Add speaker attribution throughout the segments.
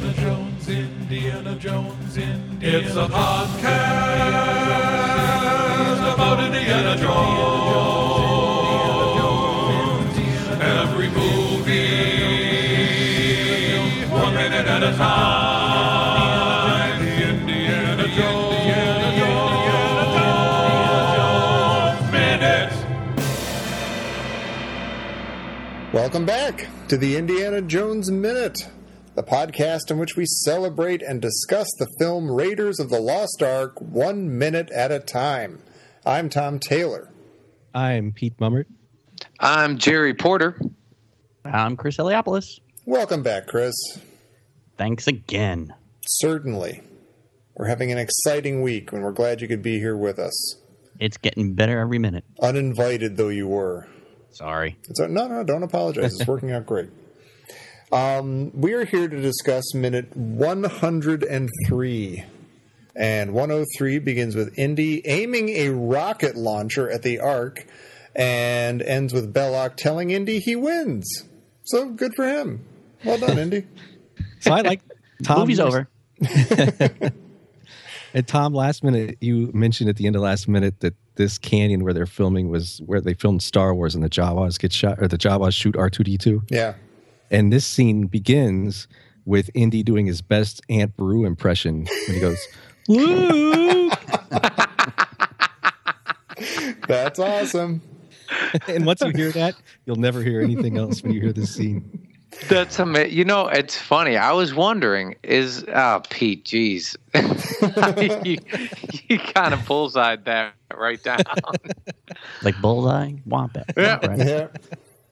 Speaker 1: Jones, Indiana Jones, Indiana. It's a podcast about Indiana Jones. Every movie, one minute at a time. The Indiana Jones minute.
Speaker 2: Welcome back to the Indiana Jones Minute, the podcast in which we celebrate and discuss the film Raiders of the Lost Ark one minute at a time. I'm Tom Taylor.
Speaker 3: I'm Pete Mummert.
Speaker 4: I'm Jerry Porter.
Speaker 3: I'm Chris Eliopoulos.
Speaker 2: Welcome back, Chris.
Speaker 3: Thanks again.
Speaker 2: Certainly. We're having an exciting week, and we're glad you could be here with us.
Speaker 3: It's getting better every minute.
Speaker 2: Uninvited though you were.
Speaker 3: Sorry.
Speaker 2: It's no, no, don't apologize. It's working out great. Um, we are here to discuss minute 103. And 103 begins with Indy aiming a rocket launcher at the Ark and ends with Belloc telling Indy he wins. So good for him. Well done, Indy.
Speaker 5: So I like Tom.
Speaker 3: Movie's
Speaker 5: you were-
Speaker 3: over.
Speaker 5: And Tom, last minute, you mentioned at the end of last minute that this canyon where they're filming was where they filmed Star Wars and the Jawas get shot or the Jawas shoot R two D two.
Speaker 2: Yeah.
Speaker 5: And this scene begins with Indy doing his best Aunt Brew impression when he goes, "Luke,"
Speaker 2: That's awesome.
Speaker 5: and once you hear that, you'll never hear anything else when you hear this scene.
Speaker 4: That's amazing. You know, it's funny. I was wondering, is ah Pete? Jeez, you, you kind of bullseyed that right down.
Speaker 3: Like Bullseye, Wombat.
Speaker 4: Yeah.
Speaker 3: Right.
Speaker 2: Yeah.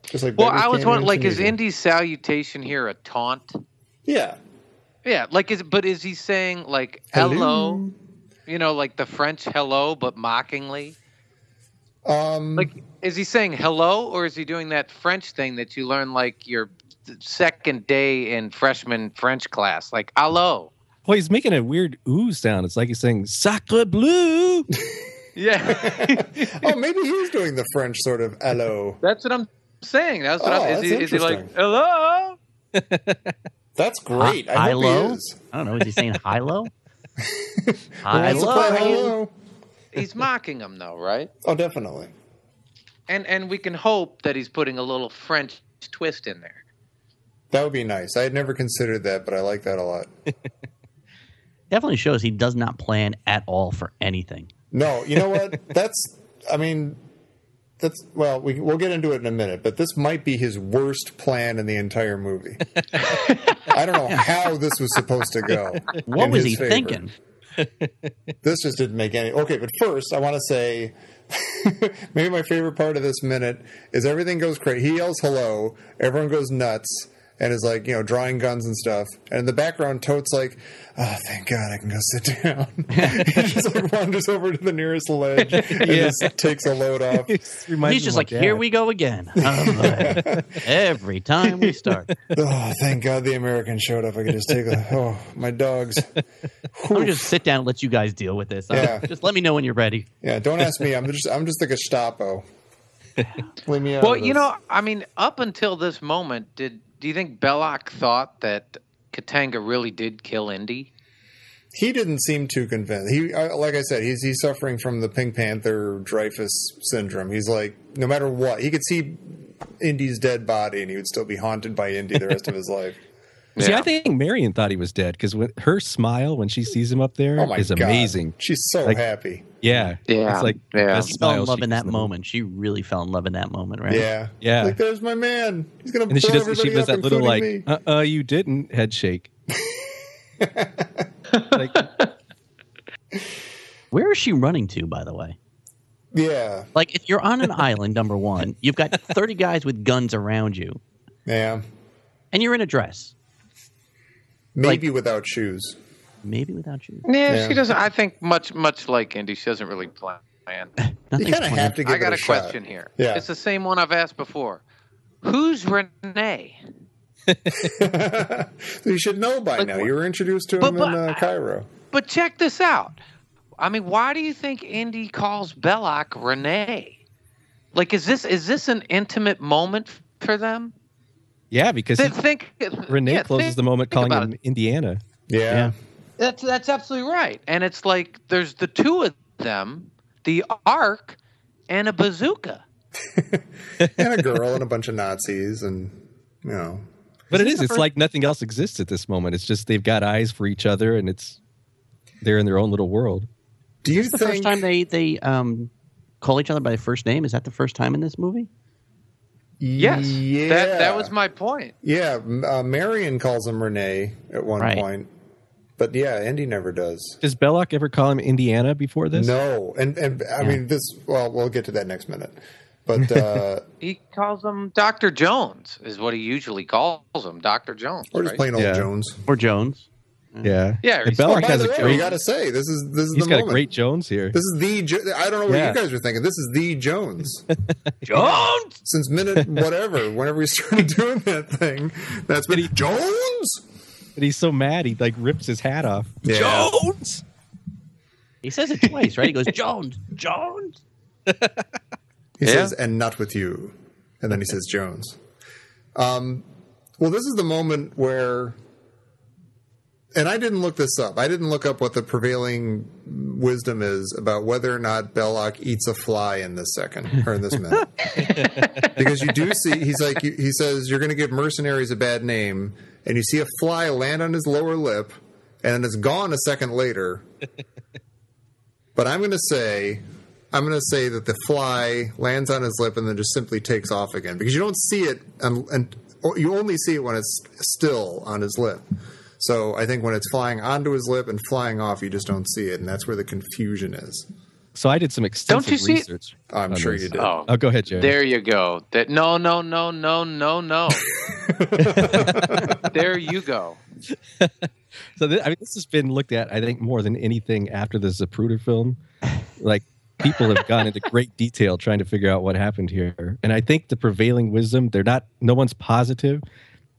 Speaker 2: Just like
Speaker 4: Well,
Speaker 2: Beggars
Speaker 4: I was
Speaker 2: Canyon
Speaker 4: wondering,
Speaker 2: in
Speaker 4: like, is
Speaker 2: Tunisia.
Speaker 4: Indy's salutation here a taunt?
Speaker 2: Yeah.
Speaker 4: Yeah, like is but is he saying like hello? You know, like the French hello, but mockingly.
Speaker 2: Um,
Speaker 4: Like, is he saying hello, or is he doing that French thing that you learn like your second day in freshman French class, like hello?
Speaker 5: Well, he's making a weird ooh sound. It's like he's saying "Sacre bleu."
Speaker 4: Yeah.
Speaker 2: oh, maybe he's doing the French sort of hello.
Speaker 4: That's what I'm saying. That's what
Speaker 2: Oh,
Speaker 4: I'm. Is,
Speaker 2: that's
Speaker 4: he, is he like
Speaker 2: interesting.
Speaker 4: hello?
Speaker 2: That's great. I,
Speaker 3: Hi-
Speaker 2: hope
Speaker 3: hi-lo?
Speaker 2: he is.
Speaker 3: I don't know. Is he saying hi low?
Speaker 2: Who
Speaker 3: Hi
Speaker 2: wants to play
Speaker 3: low.
Speaker 2: hello?
Speaker 4: He's mocking him though, right?
Speaker 2: Oh, definitely.
Speaker 4: And and we can hope that he's putting a little French twist in there.
Speaker 2: That would be nice. I had never considered that, but I like that a lot.
Speaker 3: Definitely shows he does not plan at all for anything.
Speaker 2: No, you know what? That's, I mean, that's, well, we, we'll get into it in a minute, but this might be his worst plan in the entire movie. I don't know how this was supposed to go.
Speaker 3: What
Speaker 2: in
Speaker 3: was
Speaker 2: his
Speaker 3: he
Speaker 2: favor.
Speaker 3: thinking?
Speaker 2: This just didn't make any. Okay, but first, I want to say maybe my favorite part of this minute is everything goes crazy. He yells hello, everyone goes nuts, and is like, you know, drawing guns and stuff. And in the background, Tote's like, oh, thank God I can go sit down. he just like wanders over to the nearest ledge and just takes a load off.
Speaker 5: he's
Speaker 3: He's just like, here we go again. Oh, boy. Every time we start.
Speaker 2: Oh, thank God the Americans showed up. I could just take a, oh, my dogs.
Speaker 3: I'm gonna just sit down and let you guys deal with this.
Speaker 2: Yeah.
Speaker 3: Just let me know when you're ready.
Speaker 2: Yeah, don't ask me. I'm just, I'm just the Gestapo. Leave me out
Speaker 4: Well,
Speaker 2: of this.
Speaker 4: you know, I mean, up until this moment, did do you think Belloc thought that Katanga really did kill Indy?
Speaker 2: he didn't seem too convinced. He, uh, like I said, he's he's suffering from the Pink Panther Dreyfus syndrome. He's like, no matter what, he could see Indy's dead body, and he would still be haunted by Indy the rest of his life.
Speaker 5: See, I think Marion thought he was dead because her smile when she sees him up there is
Speaker 2: Oh my God.
Speaker 5: amazing.
Speaker 2: She's so
Speaker 5: Like-
Speaker 2: happy.
Speaker 5: Yeah,
Speaker 4: Yeah,
Speaker 5: It's like the
Speaker 4: yeah.
Speaker 5: best
Speaker 3: She fell in
Speaker 5: smile
Speaker 3: love
Speaker 5: she
Speaker 3: in that
Speaker 5: gives them.
Speaker 3: moment. She really fell in love in that moment, right?
Speaker 2: Yeah,
Speaker 5: Yeah.
Speaker 2: Like, there's my man. He's gonna.
Speaker 5: And then she
Speaker 2: blow
Speaker 5: does. She
Speaker 2: everybody
Speaker 5: does
Speaker 2: up,
Speaker 5: that little like,
Speaker 2: including me.
Speaker 5: uh, uh, you didn't head shake. like,
Speaker 3: Where is she running to, by the way?
Speaker 2: Yeah,
Speaker 3: Like, if you're on an island, number one, you've got 30 guys with guns around you,
Speaker 2: yeah.
Speaker 3: and you're in a dress,
Speaker 2: Maybe without shoes.
Speaker 3: maybe without shoes.
Speaker 4: Yeah,
Speaker 2: Yeah.
Speaker 4: she doesn't. I think much, much like Indy, she doesn't really plan.
Speaker 2: You kind
Speaker 3: Nothing's
Speaker 2: of
Speaker 3: planned.
Speaker 2: have to give
Speaker 4: I
Speaker 2: it
Speaker 4: got a,
Speaker 2: a, shot.
Speaker 4: question here.
Speaker 2: Yeah.
Speaker 4: it's the same one I've asked before. Who's Renee?
Speaker 2: you should know by
Speaker 4: Like,
Speaker 2: now.
Speaker 4: what-
Speaker 2: You were introduced to him
Speaker 4: But- but
Speaker 2: in uh,
Speaker 4: I-
Speaker 2: Cairo.
Speaker 4: But check this out. I mean, why do you think Indy calls Belloc Renee? Like, is this is this an intimate moment for them?
Speaker 5: yeah, because
Speaker 4: Th-
Speaker 5: he,
Speaker 4: think
Speaker 5: Renee
Speaker 4: yeah,
Speaker 5: closes
Speaker 4: think-
Speaker 5: the moment
Speaker 4: think
Speaker 5: calling
Speaker 4: about
Speaker 5: him
Speaker 4: it.
Speaker 5: Indiana.
Speaker 2: Yeah.
Speaker 4: That's that's absolutely right. And it's like there's the two of them, the arc and a bazooka.
Speaker 2: and a girl and a bunch of Nazis and you know.
Speaker 5: But it is. It's like nothing else exists at this moment. It's just they've got eyes for each other, and it's they're in their own little world.
Speaker 2: Do you
Speaker 3: It's the
Speaker 2: think
Speaker 3: first time they they um call each other by first name. Is that the first time in this movie?
Speaker 4: Yes.
Speaker 2: Yeah.
Speaker 4: That that was my point.
Speaker 2: Yeah, m- uh, Marion calls him Renee at one
Speaker 3: Right.
Speaker 2: point. But yeah, Andy never does.
Speaker 5: Does Belloc ever call him Indiana before this?
Speaker 2: No. And and I
Speaker 3: Yeah.
Speaker 2: mean this well, we'll get to that next minute. But uh
Speaker 4: He calls him Dr. Jones is what he usually calls him, Dr. Jones.
Speaker 2: or just
Speaker 4: right?
Speaker 2: plain old
Speaker 5: Yeah.
Speaker 2: Jones.
Speaker 3: Or Jones?
Speaker 5: Yeah.
Speaker 4: Yeah,
Speaker 5: And
Speaker 4: he's-
Speaker 2: Oh,
Speaker 5: Belloc
Speaker 2: by
Speaker 5: has
Speaker 2: the
Speaker 5: a
Speaker 2: way,
Speaker 5: great.
Speaker 2: we got to say this is this is
Speaker 5: he's
Speaker 2: the
Speaker 5: got
Speaker 2: moment.
Speaker 5: a great Jones here.
Speaker 2: This is the jo- I don't know what
Speaker 5: Yeah.
Speaker 2: you guys are thinking. This is the Jones.
Speaker 4: Jones.
Speaker 2: Since minute whatever, whenever we started doing that thing, that's been Jones.
Speaker 5: And he's so mad, he like rips his hat off.
Speaker 2: Yeah.
Speaker 5: Jones.
Speaker 3: He says it twice, right? He goes Jones, Jones.
Speaker 2: He
Speaker 4: Yeah.
Speaker 2: says, and not with you. And then he says, Jones. Um, well, this is the moment where, and I didn't look this up. I didn't look up what the prevailing wisdom is about whether or not Belloc eats a fly in this second or in this minute. because you do see, he's like, you, he says, you're going to give mercenaries a bad name. And you see a fly land on his lower lip, and then it's gone a second later. But I'm going to say, I'm going to say that the fly lands on his lip and then just simply takes off again because you don't see it and, and or you only see it when it's still on his lip. So I think when it's flying onto his lip and flying off, you just don't see it, and that's where the confusion is.
Speaker 5: So I did some extensive
Speaker 4: you see it?
Speaker 5: research.
Speaker 2: I'm
Speaker 5: on
Speaker 2: sure
Speaker 5: this.
Speaker 2: you did.
Speaker 4: Oh,
Speaker 5: Oh, go ahead, Jerry.
Speaker 4: there you go. That no, no, no, no, no, no. there you go.
Speaker 5: So thi- I mean, this has been looked at, I think, more than anything after the Zapruder film. Like people have gone into great detail trying to figure out what happened here, and I think the prevailing wisdom they're not no one's positive,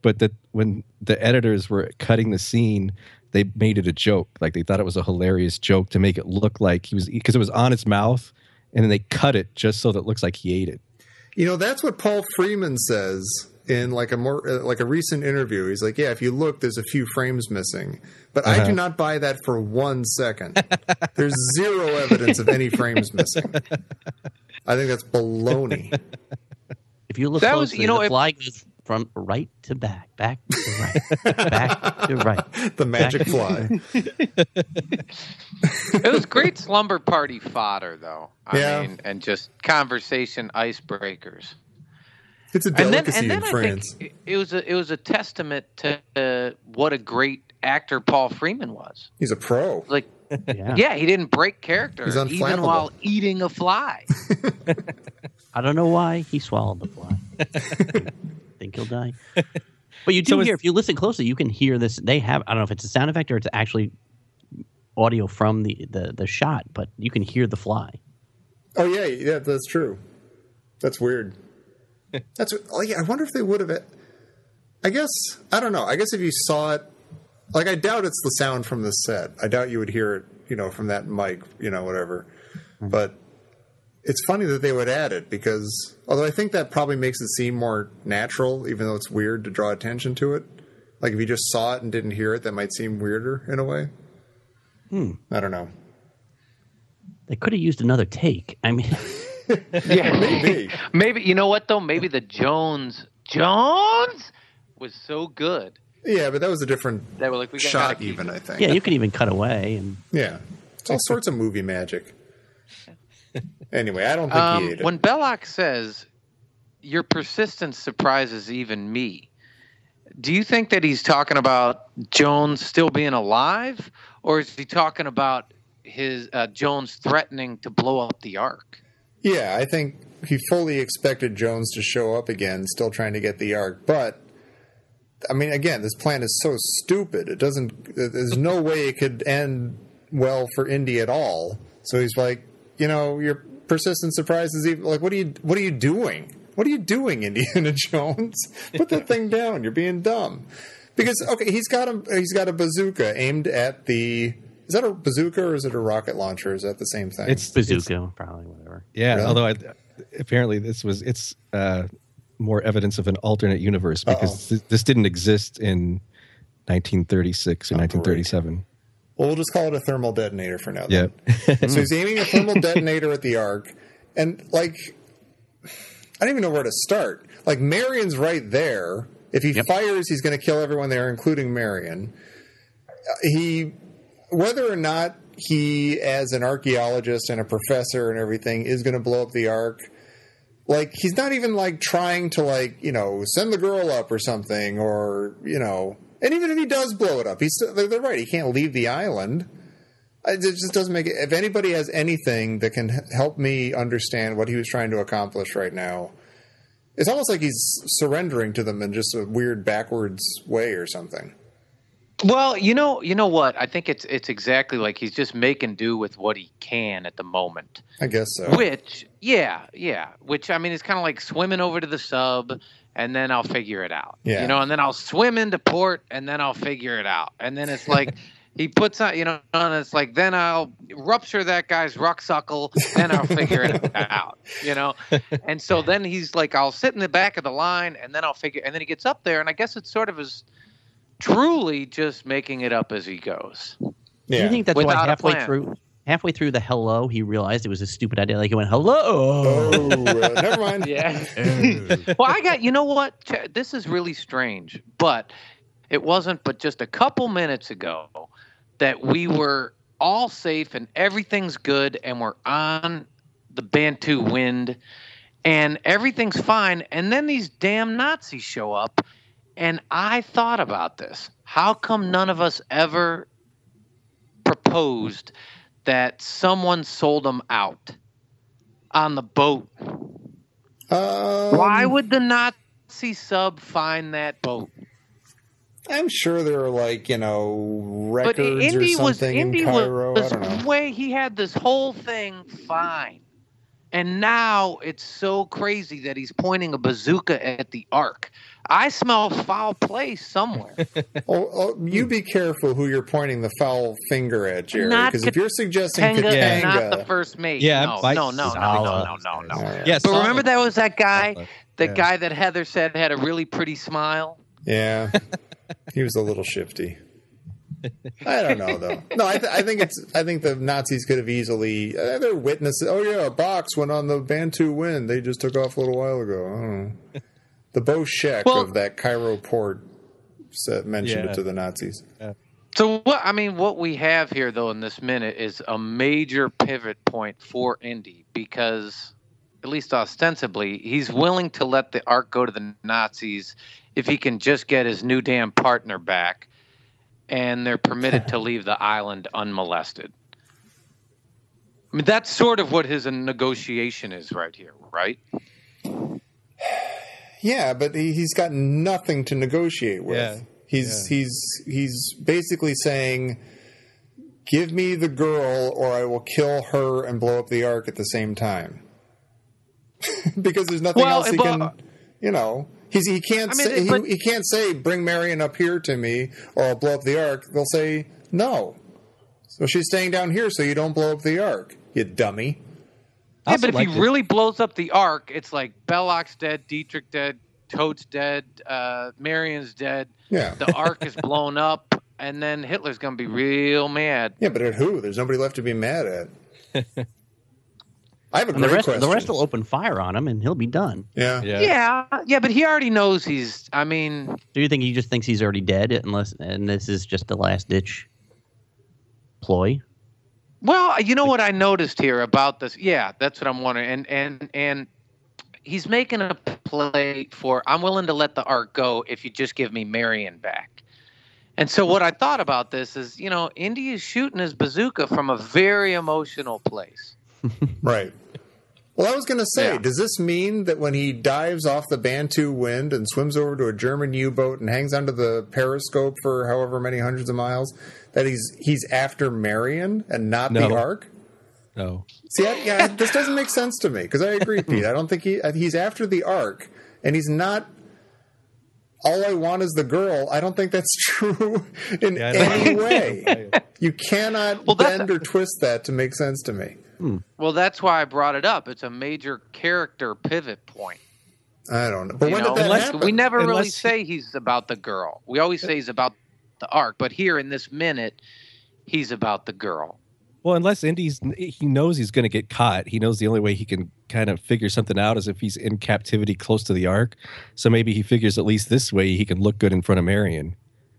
Speaker 5: but that when the editors were cutting the scene, they made it a joke. Like they thought it was a hilarious joke to make it look like he was because it was on his mouth, and then they cut it just so that it looks like he ate it.
Speaker 2: You know, that's what Paul Freeman says in like a more uh, like a recent interview. He's like, "Yeah, if you look, there's a few frames missing, but I
Speaker 5: Uh-huh.
Speaker 2: do not buy that for one second. there's zero evidence of any frames missing. I think that's baloney.
Speaker 3: If you look
Speaker 4: That was-
Speaker 3: closely,
Speaker 4: you know,
Speaker 3: the
Speaker 4: if-
Speaker 3: fly goes from right to back, back to right, back to right.
Speaker 2: the magic fly.
Speaker 4: It was great slumber party fodder, though. I
Speaker 2: Yeah.
Speaker 4: mean, and just conversation icebreakers.
Speaker 2: It's a
Speaker 4: And then,
Speaker 2: delicacy
Speaker 4: and then
Speaker 2: in
Speaker 4: I
Speaker 2: France.
Speaker 4: think it- it was a it was a testament to uh, what a great actor Paul Freeman was.
Speaker 2: He's a pro.
Speaker 4: Like,
Speaker 3: Yeah.
Speaker 4: yeah, he didn't break character
Speaker 2: He's
Speaker 4: even
Speaker 2: unflappable.
Speaker 4: while eating a fly.
Speaker 3: I don't know why he swallowed the fly. Think he'll die. But you do
Speaker 5: So is-
Speaker 3: hear, if you listen closely, you can hear this. They have, I don't know if it's a sound effect or it's actually audio from the, the, the shot, but you can hear the fly.
Speaker 2: Oh yeah, yeah, that's true. That's weird. That's oh yeah. I wonder if they would have. I guess I don't know. I guess if you saw it, like I doubt it's the sound from the set. I doubt you would hear it, you know, from that mic, you know, whatever. But it's funny that they would add it because although I think that probably makes it seem more natural, even though it's weird to draw attention to it. Like if you just saw it and didn't hear it, that might seem weirder in a way. I don't know.
Speaker 3: They could have used another take. I mean,
Speaker 4: yeah,
Speaker 2: Maybe.
Speaker 4: maybe you know what though? Maybe the Jones Jones was so good
Speaker 2: Yeah, but that was a different
Speaker 4: they were like, we gotta
Speaker 2: shot
Speaker 4: keep
Speaker 2: even, I think.
Speaker 3: yeah, you could even cut away. And
Speaker 2: Yeah. It's all sorts of movie magic. Anyway, I don't think he
Speaker 4: Um,
Speaker 2: ate it.
Speaker 4: when Belloc says, "Your persistence surprises even me," do you think that he's talking about Jones still being alive, or is he talking about his uh, Jones threatening to blow up the Ark?
Speaker 2: yeah, I think he fully expected Jones to show up again, still trying to get the arc. But I mean, again, this plan is so stupid. It doesn't. There's no way it could end well for Indy at all. So he's like, you know, your persistent surprise is even like, what are you? What are you doing? What are you doing, Indiana Jones? Put that thing down. You're being dumb. Because okay, he's got a he's got a bazooka aimed at the. Is that a bazooka or is it a rocket launcher? Is that the same thing?
Speaker 5: It's it's-
Speaker 3: bazooka, probably, whatever.
Speaker 5: Yeah,
Speaker 2: Really?
Speaker 5: although I, apparently this was it's uh, more evidence of an alternate universe because th- this didn't exist in
Speaker 2: Oh,
Speaker 5: 1936 or 1937.
Speaker 2: Well, we'll just call it a thermal detonator for now.
Speaker 5: Yeah.
Speaker 2: then. so he's aiming a thermal detonator at the arc, and like, I don't even know where to start. Like, Marion's right there. If he fires, he's going to kill everyone there, including Marion. Uh, He, whether or not he, as an archaeologist and a professor and everything, is going to blow up the arc. Like he's not even like trying to like you know send the girl up or something or you know and even if he does blow it up he's they're they're right he can't leave the island it just doesn't make it. If anybody has anything that can h- help me understand what he was trying to accomplish right now, it's almost like he's surrendering to them in just a weird backwards way or something.
Speaker 4: Well, you know, you know what? I think it's it's exactly like he's just making do with what he can at the moment.
Speaker 2: I guess so.
Speaker 4: Which, yeah, yeah. Which I mean, it's kind of like swimming over to the sub, and then I'll figure it out.
Speaker 2: Yeah.
Speaker 4: You know, and then I'll swim into port, and then I'll figure it out. And then it's like he puts on, you know, and it's like then I'll rupture that guy's rucksuckle, then I'll figure it out. You know, and so then he's like, I'll sit in the back of the line, and then I'll figure. And then he gets up there, and I guess it's sort of his truly just making it up as he goes.
Speaker 3: Do
Speaker 2: yeah.
Speaker 3: you think that's why
Speaker 4: Without a
Speaker 3: halfway
Speaker 4: plan.
Speaker 3: through halfway through the hello he realized it was a stupid idea? Like he went hello.
Speaker 2: oh, uh, never mind.
Speaker 4: Yeah.
Speaker 3: Oh.
Speaker 4: well, I got you know what? Ch- This is really strange, but it wasn't. But just a couple minutes ago, that we were all safe and everything's good, and we're on the Bantu wind, and everything's fine. And then these damn Nazis show up, and I thought about this. How come none of us ever proposed that someone sold them out on the boat?
Speaker 2: Um,
Speaker 4: Why would the Nazi sub find that boat?
Speaker 2: I'm sure there are like you know records
Speaker 4: but Indy
Speaker 2: or
Speaker 4: was
Speaker 2: something
Speaker 4: Indy
Speaker 2: in Cairo.
Speaker 4: was
Speaker 2: I don't know.
Speaker 4: way he had this whole thing fine, and now it's so crazy that he's pointing a bazooka at the Ark. I smell foul play somewhere.
Speaker 2: Oh, oh, you be careful who you're pointing the foul finger at, Jerry.
Speaker 4: Not
Speaker 2: Because if you're suggesting
Speaker 4: Tenga,
Speaker 2: Katanga,
Speaker 4: not the first mate.
Speaker 5: Yeah,
Speaker 4: no,
Speaker 5: I'm
Speaker 4: no, no, no, no,
Speaker 5: Sala.
Speaker 4: no, no, no.
Speaker 5: Yes.
Speaker 4: But remember that was that guy, the
Speaker 5: Yeah.
Speaker 4: guy that Heather said had a really pretty smile.
Speaker 2: Yeah, he was a little shifty. I don't know though. No, I, th- I think it's. I think the Nazis could have easily. Uh, they're witnesses. Oh yeah, a box went on the Bantu wind. They just took off a little while ago. I don't know. The Boschek
Speaker 4: Well-
Speaker 2: of that Cairo port said, mentioned
Speaker 5: Yeah.
Speaker 2: it to the Nazis.
Speaker 4: So what I mean, what we have here though in this minute is a major pivot point for Indy because, at least ostensibly, he's willing to let the arc go to the Nazis if he can just get his new damn partner back, and they're permitted to leave the island unmolested. I mean, that's sort of what his negotiation is right here, right?
Speaker 2: Yeah, but he, he's got nothing to negotiate with.
Speaker 5: Yeah,
Speaker 2: He's he's he's basically saying, "Give me the girl, or I will kill her and blow up the ark at the same time." because there's nothing
Speaker 4: Well,
Speaker 2: else he
Speaker 4: but-
Speaker 2: can, you know. He's, he can't
Speaker 4: I mean,
Speaker 2: say
Speaker 4: but-
Speaker 2: he, he can't say bring Marion up here to me or I'll blow up the ark. They'll say no. So she's staying down here so you don't blow up the ark. You dummy.
Speaker 5: I
Speaker 4: Yeah,
Speaker 5: also
Speaker 4: but if he
Speaker 5: liked it.
Speaker 4: really blows up the arc, it's like Belloc's dead, Dietrich dead, Toad's dead, uh, Marion's dead.
Speaker 2: Yeah.
Speaker 4: the arc is blown up, and then Hitler's gonna be real mad.
Speaker 2: Yeah, but at who? There's nobody left to be mad at. I have a
Speaker 3: And the
Speaker 2: great
Speaker 3: rest
Speaker 2: question.
Speaker 3: the rest will open fire on him and he'll be done.
Speaker 2: yeah.
Speaker 5: Yeah.
Speaker 4: Yeah, yeah, but he already knows he's. I mean,
Speaker 3: Do you think he just thinks he's already dead unless and this is just the last ditch ploy?
Speaker 4: well, you know what I noticed here about this. Yeah, that's what I'm wondering. And and and he's making a play for. I'm willing to let the arc go if you just give me Marion back. And so what I thought about this is, you know, Indy is shooting his bazooka from a very emotional place.
Speaker 2: Right. Well, I was going to say,
Speaker 4: Yeah.
Speaker 2: does this mean that when he dives off the Bantu wind and swims over to a German U-boat and hangs onto the periscope for however many hundreds of miles, that he's he's after Marion and not the
Speaker 5: No.
Speaker 2: Ark?
Speaker 5: No.
Speaker 2: See, I, yeah, this doesn't make sense to me because I agree, Pete. I don't think he I- he's after the Ark, and he's not. All I want is the girl. I don't think that's true in
Speaker 5: Yeah, I don't-
Speaker 2: any way. You cannot
Speaker 4: Well, that's-
Speaker 2: bend or twist that to make sense to me.
Speaker 4: Well, that's why I brought it up. It's a major character pivot point.
Speaker 2: I don't know. But
Speaker 4: you
Speaker 2: when
Speaker 4: know?
Speaker 2: did that
Speaker 5: Unless-
Speaker 2: happen?
Speaker 4: we never really
Speaker 5: Unless he-
Speaker 4: say he's about the girl. We always say he's about the the arc. But here in this minute, he's about the girl.
Speaker 5: Well, unless Indy's, he knows he's going to get caught. He knows the only way he can kind of figure something out is if he's in captivity close to the ark. So maybe he figures at least this way he can look good in front of Marion.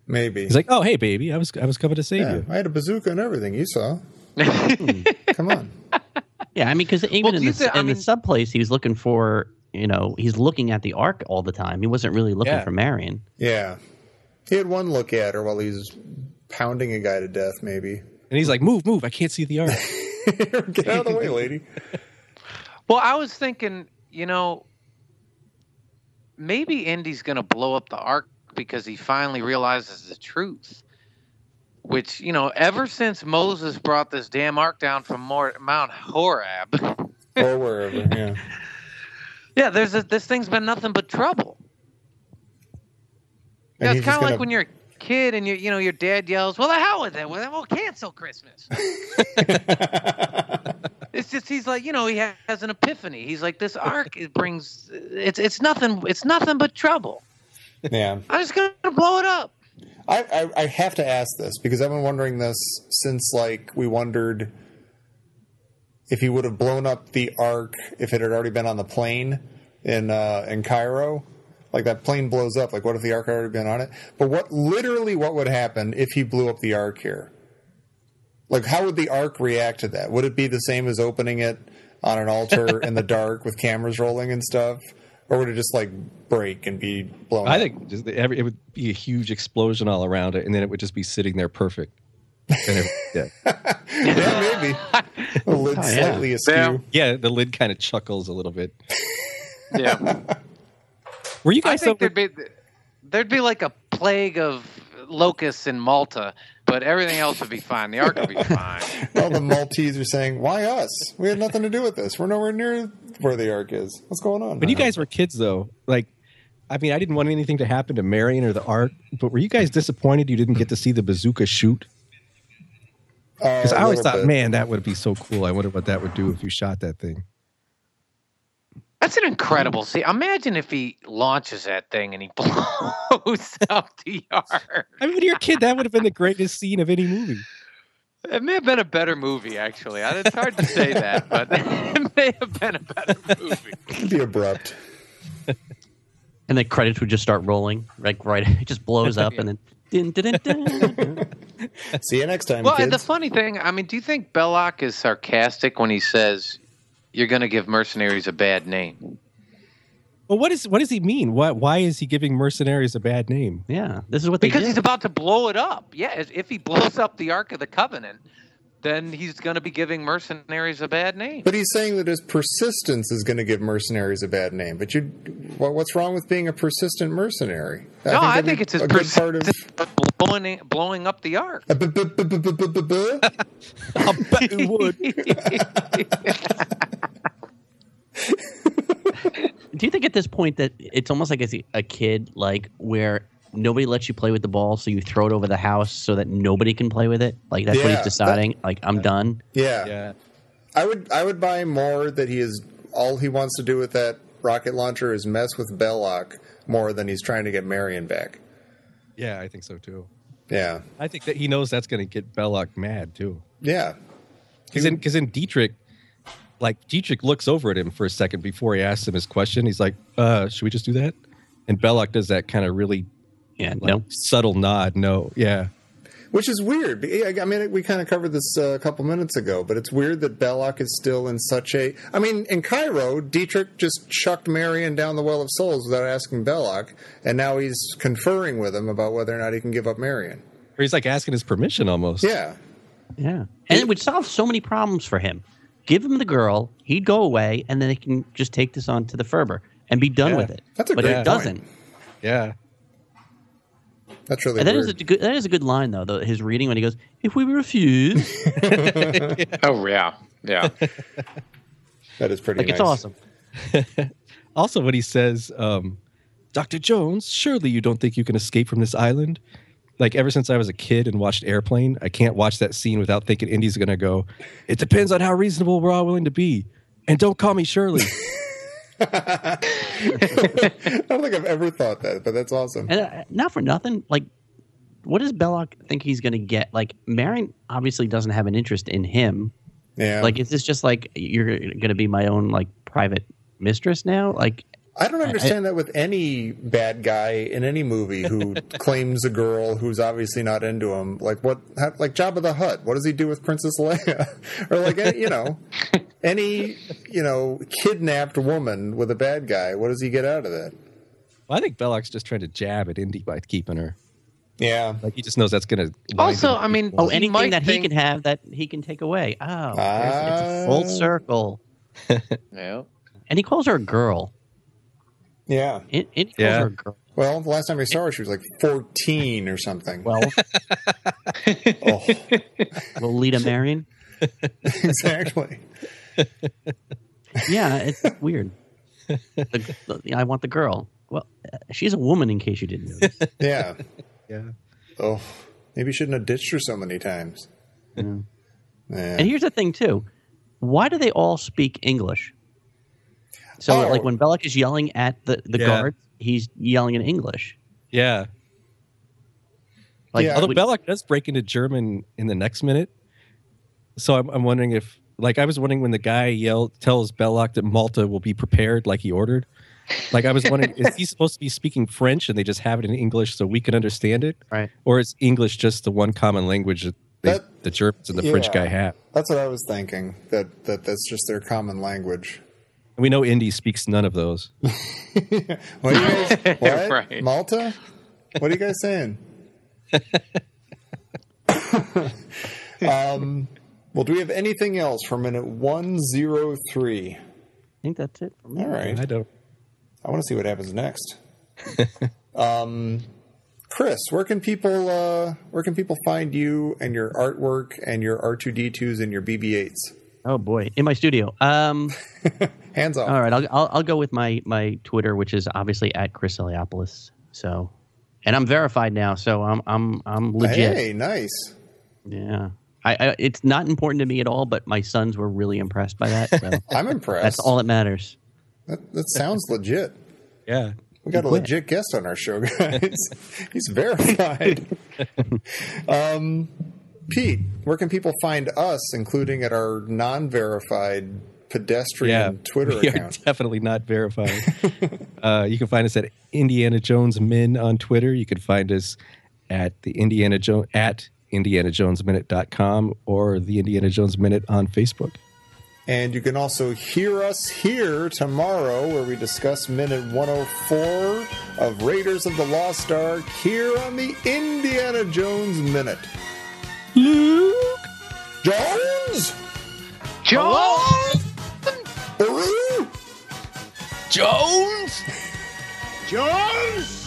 Speaker 2: Maybe.
Speaker 5: He's like, "Oh, hey, baby, I was I was coming to save
Speaker 2: yeah,
Speaker 5: you."
Speaker 2: I had a bazooka and everything. You saw. Come on.
Speaker 3: Yeah, I mean, because even
Speaker 4: Well, do
Speaker 3: in,
Speaker 4: you
Speaker 3: the,
Speaker 4: thi- I
Speaker 3: in
Speaker 4: mean-
Speaker 3: the sub place, he was looking for, you know, he's looking at the arc all the time. He wasn't really looking
Speaker 5: Yeah.
Speaker 3: for Marion.
Speaker 2: Yeah. He had one look at her while he was pounding a guy to death, maybe.
Speaker 5: And he's like, "Move, move! I can't see the ark."
Speaker 2: Get out of the way, lady.
Speaker 4: Well, I was thinking, you know, maybe Indy's going to blow up the arc because he finally realizes the truth. Which, you know, ever since Moses brought this damn ark down from Mor- Mount Horeb,
Speaker 2: Or wherever. Yeah.
Speaker 4: yeah, there's a, this thing's been nothing but trouble. Yeah,
Speaker 2: And he's just
Speaker 4: it's kind of
Speaker 2: gonna-
Speaker 4: like when you're a kid and you you know your dad yells, "Well, the hell with it! Well, we'll cancel Christmas." it's just he's like you know he has an epiphany. He's like this ark it brings it's it's nothing it's nothing but trouble.
Speaker 2: Yeah.
Speaker 4: I'm just gonna blow it up.
Speaker 2: I, I, I have to ask this because I've been wondering this since like we wondered if he would have blown up the ark if it had already been on the plane in uh, in Cairo. Like that plane blows up. Like what if the ark had already been on it? But what literally what would happen if he blew up the ark here? Like how would the ark react to that? Would it be the same as opening it on an altar in the dark with cameras rolling and stuff? Or would it just like break and be blown
Speaker 5: I
Speaker 4: Oh.
Speaker 2: up?
Speaker 5: think just the, every, it would be a huge explosion all around it, and then it would just be sitting there perfect. And it- yeah.
Speaker 2: yeah, maybe. The lid
Speaker 3: yeah.
Speaker 2: slightly askew.
Speaker 4: Oh, Yeah.
Speaker 5: yeah, the lid kind of chuckles a little bit.
Speaker 4: Yeah,
Speaker 5: Were you
Speaker 4: I
Speaker 5: guys
Speaker 4: think
Speaker 5: over?
Speaker 4: there'd be there'd be like a plague of locusts in Malta, but everything else would be fine. The ark would be fine.
Speaker 2: All the Maltese are saying, "Why us? We had nothing to do with this. We're nowhere near where the ark is. What's going on?"
Speaker 5: When you guys were kids, though, like, I mean, I didn't want anything to happen to Marion or the Ark, but were you guys disappointed you didn't get to see the bazooka shoot? Because
Speaker 2: Uh,
Speaker 5: I always thought, man, that would be so cool. I wonder what that would do if you shot that thing.
Speaker 4: That's an incredible. See, imagine if he launches that thing and he blows up the ark.
Speaker 5: I mean, when you're a kid, that would have been the greatest scene of any movie.
Speaker 4: It may have been a better movie, actually. I- It's hard to say that, but it may have been a better movie.
Speaker 2: it'd be abrupt."
Speaker 3: And the credits would just start rolling, like right, it just blows up, and then. Din, din, din, din.
Speaker 2: See you next time,
Speaker 4: Well, and
Speaker 2: kids.
Speaker 4: the funny thing, I mean, do you think Belloc is sarcastic when he says, "You're going to give mercenaries a bad name"?
Speaker 5: Well, what is what does he mean? Why why is he giving mercenaries a bad name?
Speaker 3: Yeah, this is what they
Speaker 4: Because
Speaker 3: did.
Speaker 4: he's about to blow it up. Yeah, if- if he blows up the Ark of the Covenant, then he's going to be giving mercenaries a bad name.
Speaker 2: but he's saying that his persistence is going to give mercenaries a bad name. But you, what, what's wrong with being a persistent mercenary?
Speaker 4: no, I
Speaker 2: that'd
Speaker 4: think
Speaker 2: be
Speaker 4: it's his
Speaker 2: a good part of.
Speaker 4: persistence blowing blowing up the Ark.
Speaker 2: a bu- bu- bu- bu- bu- bu- bu- bu-
Speaker 5: I bet it would.
Speaker 3: Do you think at this point that it's almost like as a- a kid, like where nobody lets you play with the ball, so you throw it over the house so that nobody can play with it? Like that's what
Speaker 2: Yeah, that-
Speaker 3: he's deciding. like I'm done.
Speaker 2: Yeah.
Speaker 5: Yeah.
Speaker 2: I would I would buy more that he is all he wants to do with that rocket launcher is mess with Belloc more than he's trying to get Marion back.
Speaker 5: Yeah, I think so too.
Speaker 2: Yeah.
Speaker 5: I think that he knows that's going to get Belloc mad too.
Speaker 2: Yeah.
Speaker 5: Because in, 'cause in Dietrich, like Dietrich looks over at him for a second before he asks him his question. He's like, uh, should we just do that? And Belloc does that kind of really
Speaker 3: Yeah,
Speaker 5: like,
Speaker 3: no.
Speaker 5: subtle nod. No, yeah.
Speaker 2: Which is weird. But, yeah, I mean, we kind of covered this uh, a couple minutes ago, but it's weird that Belloc is still in such a. I mean, in Cairo, Dietrich just chucked Marion down the well of souls without asking Belloc, and now he's conferring with him about whether or not he can give up Marion.
Speaker 5: Or he's like asking his permission almost.
Speaker 2: Yeah,
Speaker 3: Yeah, and it would solve so many problems for him. Give him the girl, he'd go away, and then he can just take this on to the Ferber and be done
Speaker 5: Yeah,
Speaker 3: with it.
Speaker 2: that's a
Speaker 3: but
Speaker 2: great
Speaker 3: it
Speaker 2: point.
Speaker 3: doesn't.
Speaker 5: Yeah.
Speaker 2: that's really
Speaker 3: And that is
Speaker 2: weird.
Speaker 3: a good. That is a good line though. The, his reading when he goes, "If we refuse,"
Speaker 4: Oh yeah, yeah.
Speaker 2: that is pretty
Speaker 3: like
Speaker 2: nice.
Speaker 3: it's awesome.
Speaker 5: Also, when he says, um, Dr. Jones, surely you don't think you can escape from this island? Like, ever since I was a kid and watched Airplane, I can't watch that scene without thinking Indy's going to go, it depends on how reasonable we're all willing to be. And don't call me Shirley.
Speaker 2: I don't think I've ever thought that, but that's awesome.
Speaker 3: And uh, not for nothing, like what does Belloc think he's going to get? Like, Marin obviously doesn't have an interest in him.
Speaker 2: Yeah.
Speaker 3: Like, is this just like you're going to be my own like private mistress now? Like,
Speaker 2: I don't understand that with any bad guy in any movie who claims a girl who's obviously not into him. Like what? How, like Jabba the Hutt. What does he do with Princess Leia? or like any, you know, any you know kidnapped woman with a bad guy. What does he get out of that?
Speaker 5: Well, I think Belloc's just trying to jab at Indy by keeping her.
Speaker 2: Yeah.
Speaker 5: Like he just knows that's gonna. wind
Speaker 4: Also,
Speaker 5: up
Speaker 4: I mean-
Speaker 5: before.
Speaker 3: oh,
Speaker 4: He
Speaker 3: anything
Speaker 4: might
Speaker 3: that he
Speaker 4: think-
Speaker 3: can have that he can take away. Oh, there's- it's a
Speaker 2: Ah.
Speaker 3: full circle.
Speaker 4: Yeah.
Speaker 3: And he calls her a girl.
Speaker 2: Yeah.
Speaker 3: It, it calls
Speaker 5: Yeah.
Speaker 3: her a girl.
Speaker 2: Well, the last time I saw her, she was like fourteen or something.
Speaker 3: Well,
Speaker 2: Oh,
Speaker 3: Lolita Marion.
Speaker 2: exactly.
Speaker 3: Yeah, it's weird. The, the- I want the girl. Well, uh, she's a woman, in case you didn't notice.
Speaker 2: Yeah.
Speaker 5: Yeah.
Speaker 2: Oh, maybe you shouldn't have ditched her so many times.
Speaker 3: Yeah.
Speaker 2: Yeah.
Speaker 3: And here's the thing, too. Why do they all speak English? So,
Speaker 2: Oh.
Speaker 3: like, when Belloc is yelling at the, the
Speaker 5: Yeah.
Speaker 3: guards, he's yelling in English.
Speaker 5: Yeah.
Speaker 3: Like,
Speaker 2: Yeah.
Speaker 5: Although
Speaker 3: we-
Speaker 5: Belloc does break into German in the next minute, so I'm, I'm wondering if, like, I was wondering when the guy yelled tells Belloc that Malta will be prepared like he ordered. Like I was wondering, is he supposed to be speaking French and they just have it in English so we can understand it,
Speaker 3: Right.
Speaker 5: or is English just the one common language that, they,
Speaker 2: That-
Speaker 5: the Germans and the French
Speaker 2: yeah.
Speaker 5: guy have?
Speaker 2: That's what I was thinking. That that that's just their common language.
Speaker 5: And we know Indy speaks none of those.
Speaker 2: What are you guys? What?
Speaker 4: Right.
Speaker 2: Malta? What are you guys saying? um, well, do we have anything else for minute one zero three?
Speaker 3: I think that's it for me.
Speaker 2: All right,
Speaker 5: I don't.
Speaker 2: I want to see what happens next. um, Chris, where can people uh, where can people find you and your artwork and your R two D twos and your BB eights?
Speaker 3: Oh, boy. In my studio. Um,
Speaker 2: Hands off.
Speaker 3: all right. I'll, I'll, I'll go with my, my Twitter, which is obviously at Chris Eliopoulos. So, and I'm verified now. So, I'm, I'm, I'm legit.
Speaker 2: Hey, nice.
Speaker 3: Yeah. I, I, it's not important to me at all, but my sons were really impressed by that. So
Speaker 2: I'm impressed.
Speaker 3: that's all that matters.
Speaker 2: That, that sounds legit.
Speaker 5: Yeah.
Speaker 2: We got a
Speaker 3: quit.
Speaker 2: legit guest on our show, guys. He's verified. um, Pete, where can people find us, including at our non-verified
Speaker 5: Yeah.
Speaker 2: pedestrian Twitter
Speaker 5: we
Speaker 2: account?
Speaker 5: Are definitely not verified. uh, you can find us at Indiana Jones Min on Twitter. You can find us at the Indiana Jones at indianajonesminute.com or the Indiana Jones Minute on Facebook.
Speaker 2: And you can also hear us here tomorrow, where we discuss minute 104 of Raiders of the Lost Ark here on the Indiana Jones Minute. Luke Jones.
Speaker 4: Jones.
Speaker 2: Baroo!
Speaker 4: Jones.